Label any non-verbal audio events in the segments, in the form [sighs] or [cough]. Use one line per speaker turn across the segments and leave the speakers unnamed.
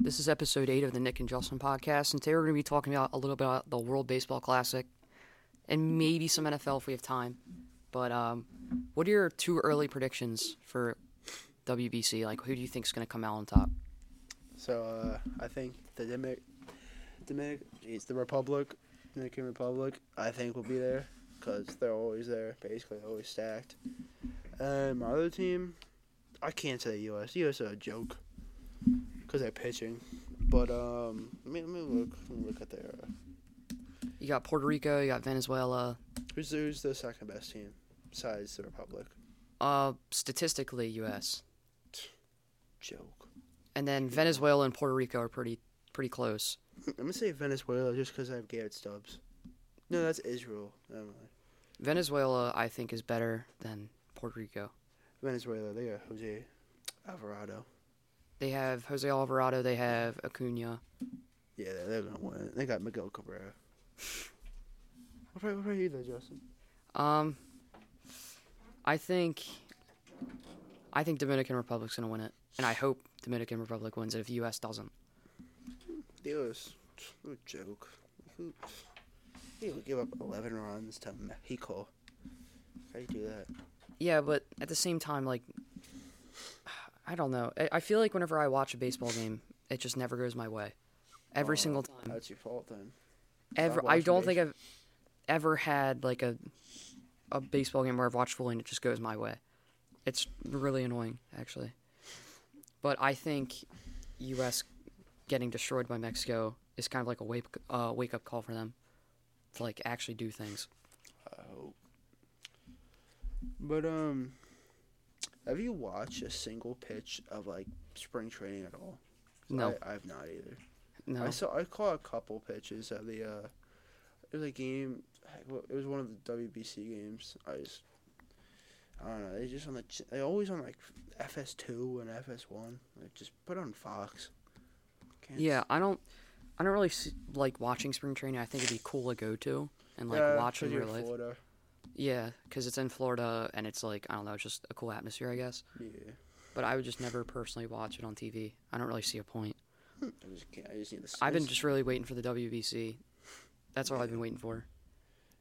This is episode eight of the Nick and Justin podcast, and today we're going to be talking about a little bit about the World Baseball Classic and maybe some NFL if we have time. But um, what are your two early predictions for WBC? Like, who do you think is going to come out on top?
So uh, I think the Dominic, Dominic, it's the Republic, Dominican Republic. I think will be there because they're always there, basically always stacked. And my other team, I can't say U.S. U.S. is a joke because they're pitching. But um, let me, let me look let me look at their uh,
You got Puerto Rico, you got Venezuela.
who's who's the second best team besides the Republic.
Uh, statistically, U.S.
Joke. [laughs]
And then Venezuela and Puerto Rico are pretty pretty close.
I'm gonna say Venezuela just because I have Garrett Stubbs. No, that's Israel. Never mind.
Venezuela, I think, is better than Puerto Rico.
Venezuela, they got Jose Alvarado.
They have Jose Alvarado, they have Acuna.
Yeah, they're, they're gonna win. They got Miguel Cabrera. What about, what about you though, Justin?
Um, I think, I think Dominican Republic's gonna win it, and I hope Dominican Republic wins it if U.S. doesn't.
Dios, what a joke. Who- He would give up 11 runs to Mexico. How do you do that?
Yeah, but at the same time, like, [sighs] I don't know. I, I feel like whenever I watch a baseball game, it just never goes my way. Every
Oh,
single time.
That's your fault then.
Ever, I
watching
don't think I've ever had like a a baseball game where I've watched fully and it just goes my way. It's really annoying, actually. But I think U.S. getting destroyed by Mexico is kind of like a wake uh, wake up call for them to like actually do things.
I hope. But um, have you watched a single pitch of like spring training at all? 'Cause
No.
I, I've not either.
No,
I saw. I caught a couple pitches at the. Uh, it was a game. heck, what- It was one of the WBC games. I just. I don't know. They just on the. ch- They always on like FS2 and FS1. Like just put on Fox. Can't
yeah, I don't. I don't really s like watching spring training. I think it'd be cool to go to and like
Yeah,
watch in
'cause you're
real life.
Florida.
Yeah, because it's in Florida and it's like I don't know, it's just a cool atmosphere, I guess.
Yeah.
But I would just never personally watch it on TV. I don't really see a point.
I just can't. I just need to.
I've been just really waiting for the WBC. That's all I've been waiting for.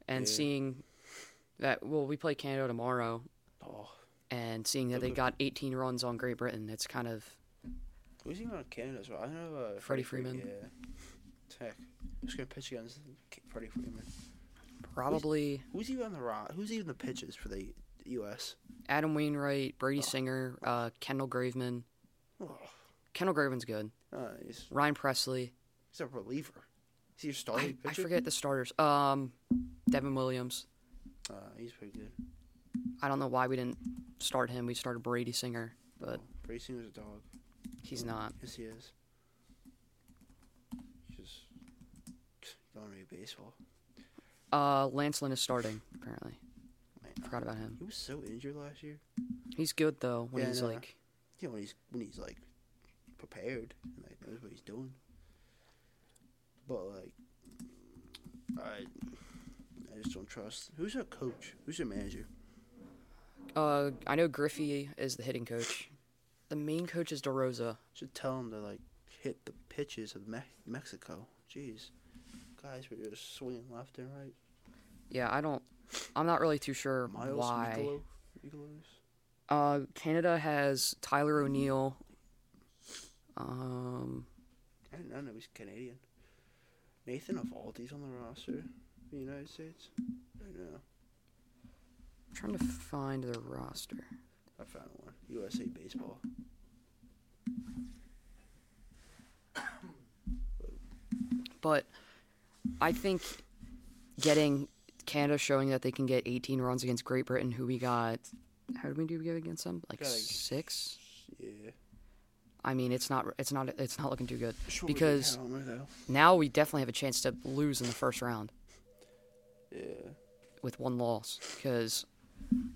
And
Yeah.
seeing that, well, we play Canada tomorrow,
Oh,
and seeing that they
Mm-hmm.
got 18 runs on Great Britain, it's kind of
who's even on Canada's? Well? I know. Uh,
Freddie
Fre-
Freeman.
Yeah. Tech. Just gonna pitch against K- Freddie Freeman.
probably
Who's even on the rod? Who's even the pitches for the U.S.
Adam Wainwright, Brady Singer, uh, Kendall Graveman.
Oh,
Kendall Graveman's good.
uh, he's,
Ryan Presley.
he's a reliever. Is Oh, he your
I,
starting
I
pitcher?
forget the starters. Um, Devin Williams.
Uh, he's pretty good.
I don't know why we didn't start him. We started Brady Singer, but
Bracing is a dog. Oh.
he's not.
Yes, he is. Just don't read baseball.
Uh, Lance Lynn is starting apparently.
Man,
Forgot about him.
He was so injured last year.
He's good though when
Yeah, I
he's
know.
like
You know, when he's when he's like prepared and like knows what he's doing. But like, I I just don't trust. Who's our coach? Who's your manager?
uh I know Griffey is the hitting coach. The main coach is DeRosa.
Should tell him to like hit the pitches of Me- Mexico. Jeez, guys were just swinging left and right.
Yeah, I don't I'm not really too sure
Miles
why.
Mikolos? Mikolos?
Uh Canada has Tyler O'Neill. Um
I didn't I know he's Canadian. Nathan Avaldi's on the roster for the United States. I know.
I'm trying to find their roster.
I found one. USA Baseball.
But I think getting Canada showing that they can get 18 runs against Great Britain, who we got, how did we do against them? Like
Got like
six.
Yeah.
I mean, it's not, it's not, it's not looking too good.
Sure we beat
Because-
Helmer, though.
Now we definitely have a chance to lose in the first round
Yeah.
with one loss because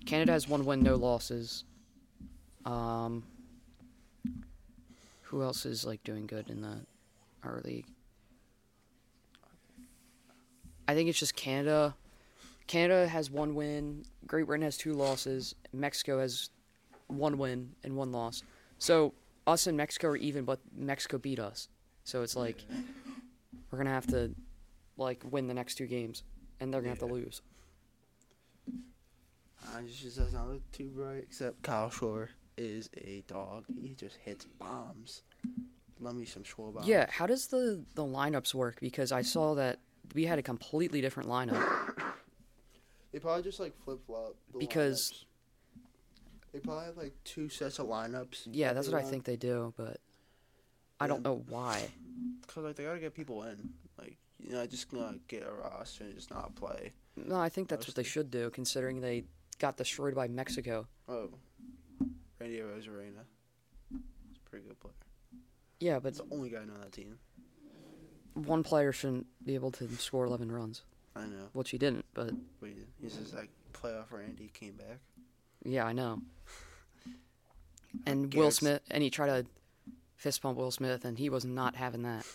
Canada has one win, no losses. Um, who else is like doing good in the our league? I think it's just Canada. Canada has one win. Great Britain has two losses. Mexico has one win and one loss. So us and Mexico are even, but Mexico beat us. So it's like we're gonna have to like win the next two games, and they're gonna have to
Yeah.
lose.
I just, just does not look too bright. Except Kyle Shore is a dog. He just hits bombs. Love me some Shore bombs.
Yeah. How does the the lineups work? Because I saw that we had a completely different lineup.
They probably just like flip flop.
Because-
they probably have like two sets of lineups.
Yeah, that's what I think they do, but I don't know why.
Cause like they gotta get people in. Like you know, just gonna get a roster and just not play.
No, I think that's what they should do, considering they got destroyed by Mexico.
Oh, Randy Rosarena. He's a pretty good player.
Yeah, but
That's the only guy I know on that team.
one player shouldn't be able to score 11 runs,
I know.
which he didn't. But
But he- he's just like playoff Randy came back.
yeah, I know. And
I
Will
guess.
Smith, and he tried to fist pump Will Smith, and he was not having that.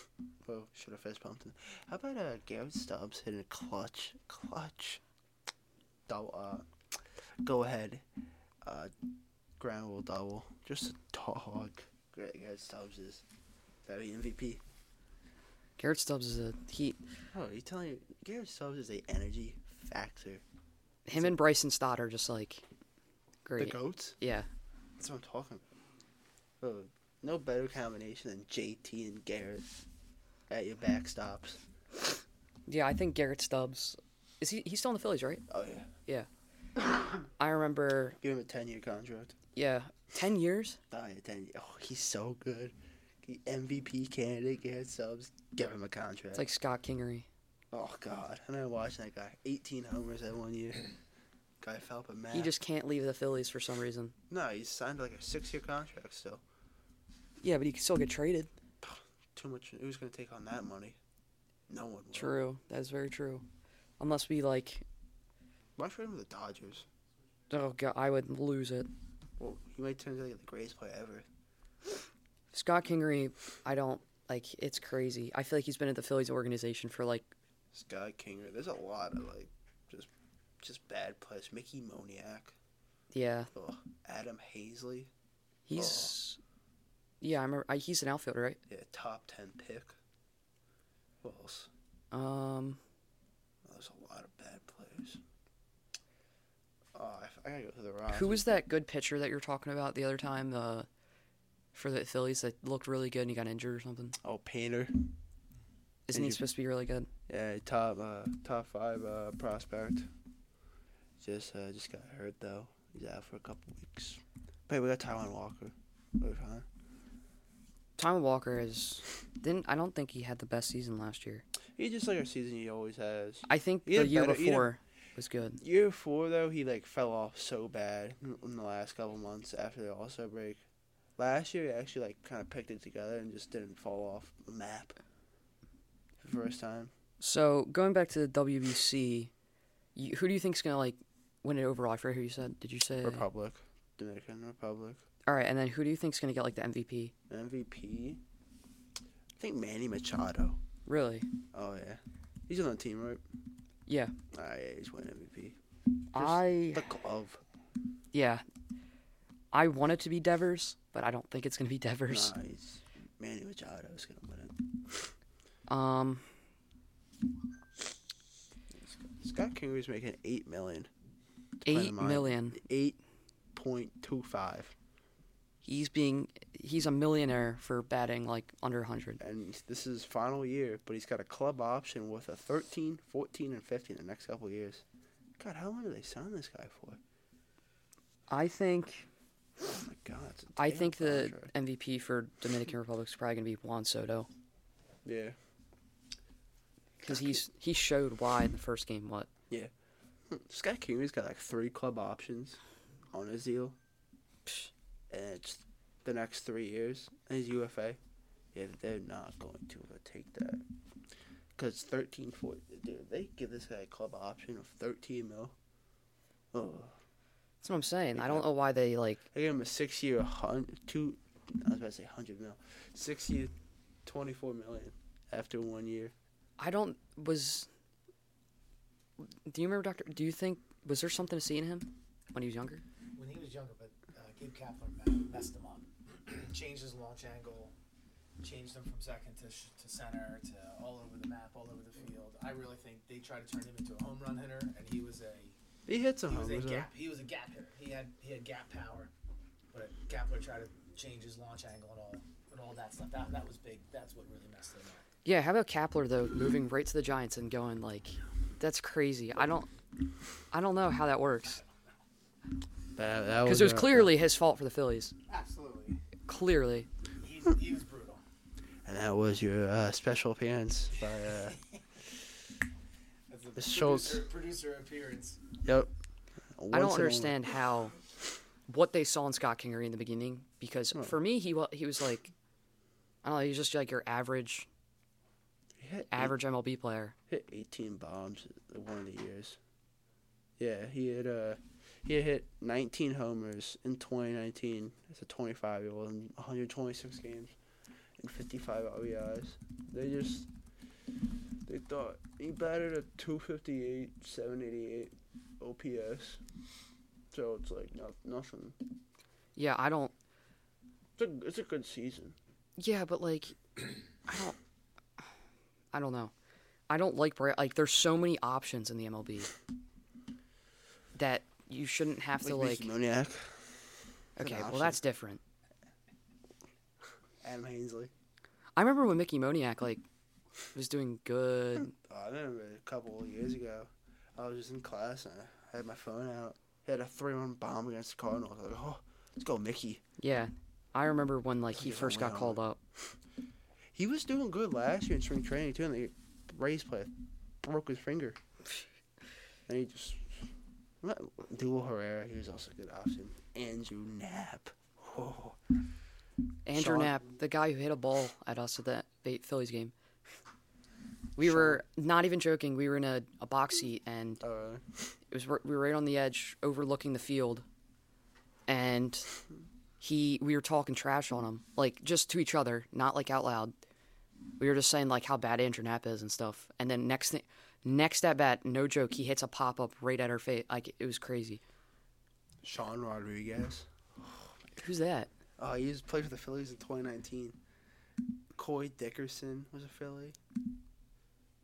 Well, should have fist pumped him. How about uh, Garrett Stubbs hitting a clutch, clutch. Double, uh, go ahead, uh, ground rule double. Just a dog. Garrett Garrett Stubbs is that be MVP.
Garrett Stubbs is a he.
Oh, you telling you Garrett Stubbs is a energy factor.
Him and Bryson Stott are just like
The
great.
goats.
Yeah,
That's what I'm talking about. Oh, no better combination than JT and Garrett at your backstops.
yeah. I think Garrett Stubbs is he? He's still in the Phillies, right?
Oh yeah,
I remember.
give him a ten-year contract.
Yeah, ten years.
Oh, yeah, ten- oh, he's so good. The MVP candidate gets subs. Give him a contract.
It's like Scott Kingery.
oh god, I remember watching that guy. 18 homers that one
[clears throat]
year. guy fell up a man.
He just can't leave the Phillies for some reason.
no, he signed like a six-year contract still. [sighs]
Yeah, but he can still get traded.
Too much. Who's gonna take on that money? No one. Will.
True, that is very true. Unless we like,
Why trade him to the Dodgers?
oh god, I would lose it.
Well, he might turn into like the greatest player ever.
Scott Kingery, I don't like. It's crazy. I feel like he's been at the Phillies organization for like,
Sky Kinger. There's a lot of like, just, just bad players. Mickey Moniak.
yeah,
Ugh. Adam Hazley.
he's, yeah, I remember. I, he's an outfielder, right?
Yeah, top ten pick. Who else? Oh,
Um,
There's a lot of bad players. Oh, I, f- I gotta go to the roster.
who was that good pitcher that you were talking about the other time? Uh, for the Phillies that looked really good and he got injured or something.
Oh, Painter.
Isn't he
Injured.
supposed to be really good?
Yeah, top uh, top five uh, prospect. Just uh, just got hurt though. He's out for a couple weeks. Wait, we got Taiwan Walker. We're fine.
Tom Walker is didn't. I don't think he had the best season last year.
He's just like our season he always has.
I think
He
the
did
year
better- he did-
before was good.
Year four though, he like fell off so bad in- in the last couple months after the All Star break. Last year, he actually like kind of picked it together and just didn't fall off the map. For the first time.
So going back to the WBC, you, who do you think's gonna like win it overall? I forget who you said. Did you say?
Republic, Dominican Republic,
All right, and then who do you think's gonna get like the MVP?
MVP. I think Manny Machado.
Really?
Oh yeah, he's on the team, right?
Yeah.
Ah yeah, he's winning MVP.
I
The glove.
yeah. I want it to be Devers, but I don't think it's gonna be Devers.
Nah, he's Manny Machado's gonna win it.
Um,
Scott Kingery's making eight million.
eight
mine.
million.
Eight point two five,
He's being he's a millionaire for batting like under hundred.
and this is his final year, but he's got a club option worth a 13, 14, and fifteen the next couple years. God, how long do they sign this guy for?
I think
Oh my God, it's a
I
damn
think the
contract.
MVP for Dominican Republic is probably gonna be Juan Soto
yeah.
because he's he showed why in the first game. What?
Scott Kingery's got like three club options on his deal,
Psh.
and it's the next three years. And his UFA, yeah, they're not going to take that. Cause thirteen four, dude, they give this guy a club option of thirteen mil. Oh,
That's what I'm saying. I don't
Yeah.
know why they like.
they gave him a six year hundred two. I was about to say hundred mil, six year, twenty four million after one year.
I don't was. Do you remember Doctor? Do you think was there something to see in him when he was younger?
when [clears throat] he was younger, but uh, Gabe Kapler me- messed him up. Changed his launch angle, changed him from second to, sh- to center to all over the map, all over the field. I really think they tried to turn him into a home run hitter, and he was a
He hit some
he was a
homers. though.
gap. He was a gap hitter. He had he had gap power, but Gapler tried to change his launch angle and all and all that stuff. That that was big. That's what really messed him up.
Yeah, how about Kapler though, moving right to the Giants and going like, that's crazy. I don't, I don't know how that works
That- that
because it was
a-
clearly his fault for the Phillies.
Absolutely,
Clearly,
he he was brutal.
And that was your uh, special appearance by.
[laughs]
Uh,
That's a
This shows-
producer, producer appearance.
yep.
I don't
Once and
understand how, what they saw in Scott Kingery in the beginning because for me he wa- he was like, I don't know, he's just like your average
only. He hit,
average MLB player.
he hit 18 bombs in one of the years. Yeah, he had uh, he had hit 19 homers in 2019 as a 25 year old in 126 games and 55 RBIs. They just they thought he batted a 258, 788 OPS. So it's like not, nothing.
Yeah, I don't.
It's a, it's a good season.
Yeah, but like, I don't. I don't know. I don't like Bra- like. There's so many options in the MLB that you shouldn't have to like.
Mr. Moniak, an
Okay, well
option.
that's different.
Adam Hainsley.
I remember when Mickey Moniak like was doing
[laughs]
good.
Oh, I remember a couple of years ago, I was just in class and I had my phone out. He had a three-run bomb against the Cardinals. I was like, oh, let's go, Mickey.
Yeah, I remember when like he
Give him
first got
one.
called up.
He was doing good last year in spring training too, and the Rays player broke his finger, and he just. Dual Herrera, he was also a good option. Andrew Knapp. [laughs] Oh,
Andrew
Sean-
Knapp, the guy who hit a ball at us at that Ba- Phillies game. We
Sean-
were not even joking. We were in a, a box seat and
oh really?
it was r- we were right on the edge overlooking the field and he we were talking trash on him like just to each other not like out loud we were just saying like how bad Andrew Knapp is and stuff and then next thing next at bat no joke he hits a pop up right at our face like it was crazy
Sean Rodriguez.
who's that
Oh, he used played for the Phillies in 2019. Coy Dickerson was a Philly.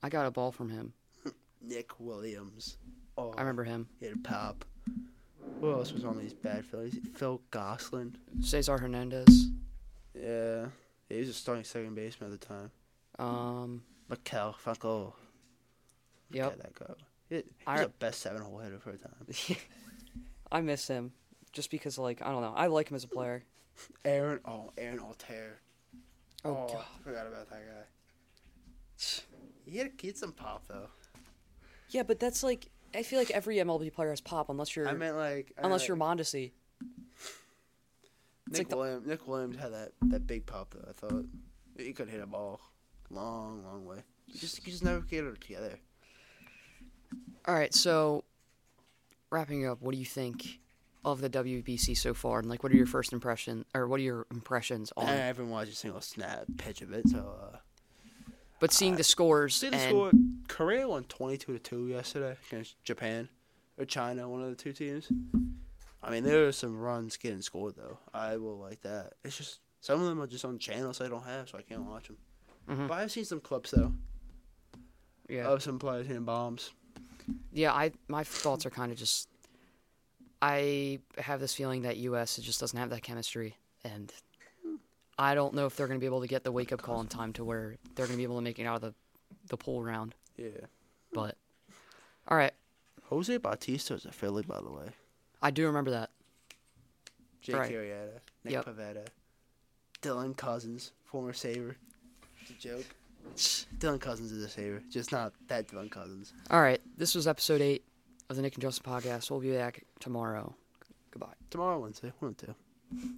I got a ball from him
Nick Williams. Oh,
I remember him
He had a pop. Who else was on these bad Phillies? Phil Gosselin.
Cesar Hernandez
Yeah. He was a starting second baseman at the time.
um
Mikel Funko.
yep
that go. He, he
I-
was a best seven hole hitter for a
[laughs]
time.
I miss him just because like I don't know I like him as a player [sighs]
Aaron oh Aaron Altair.
oh,
I
god
forgot about that guy. He had, he had some pop though.
yeah but that's like I feel like every MLB player has pop unless you're
I meant like I meant,
Er, Unless you're
like,
Mondesi.
Nick
like the-
Williams. Nick Williams had that, that big pop though. I thought he could hit a ball long, long way. He just he just never get it together.
All right, so wrapping up, what do you think of the WBC so far? And like, what are your first impression, or what are your impressions on?
I haven't watched a single snap pitch of it, so. Uh,
but seeing the scores
See the
and
score. Korea won twenty-two to two yesterday against Japan or China, one of the two teams. I mean, there are some runs getting scored though. I will like that. It's just some of them are just on channels I don't have, so I can't watch them.
Mhm.
But I've seen some clips though
yeah,
of some players hitting bombs.
yeah, I my thoughts are kind of just. I have this feeling that U.S. it just doesn't have that chemistry, and I don't know if they're going to be able to get the wake up call in time to where they're going to be able to make it out of the the pool round.
Yeah,
But all right,
Jose Bautista is a Philly, by the way.
I do remember that.
Jake
Right.
Arrieta, Nick
Yep.
Pavetta, Dylan Cousins, former Saver. It's a joke. Dylan Cousins is a Saver, just not that Dylan Cousins.
All right, this was episode eight of the Nick and Justin podcast. We'll be back tomorrow. Goodbye.
Tomorrow, Wednesday, one and two.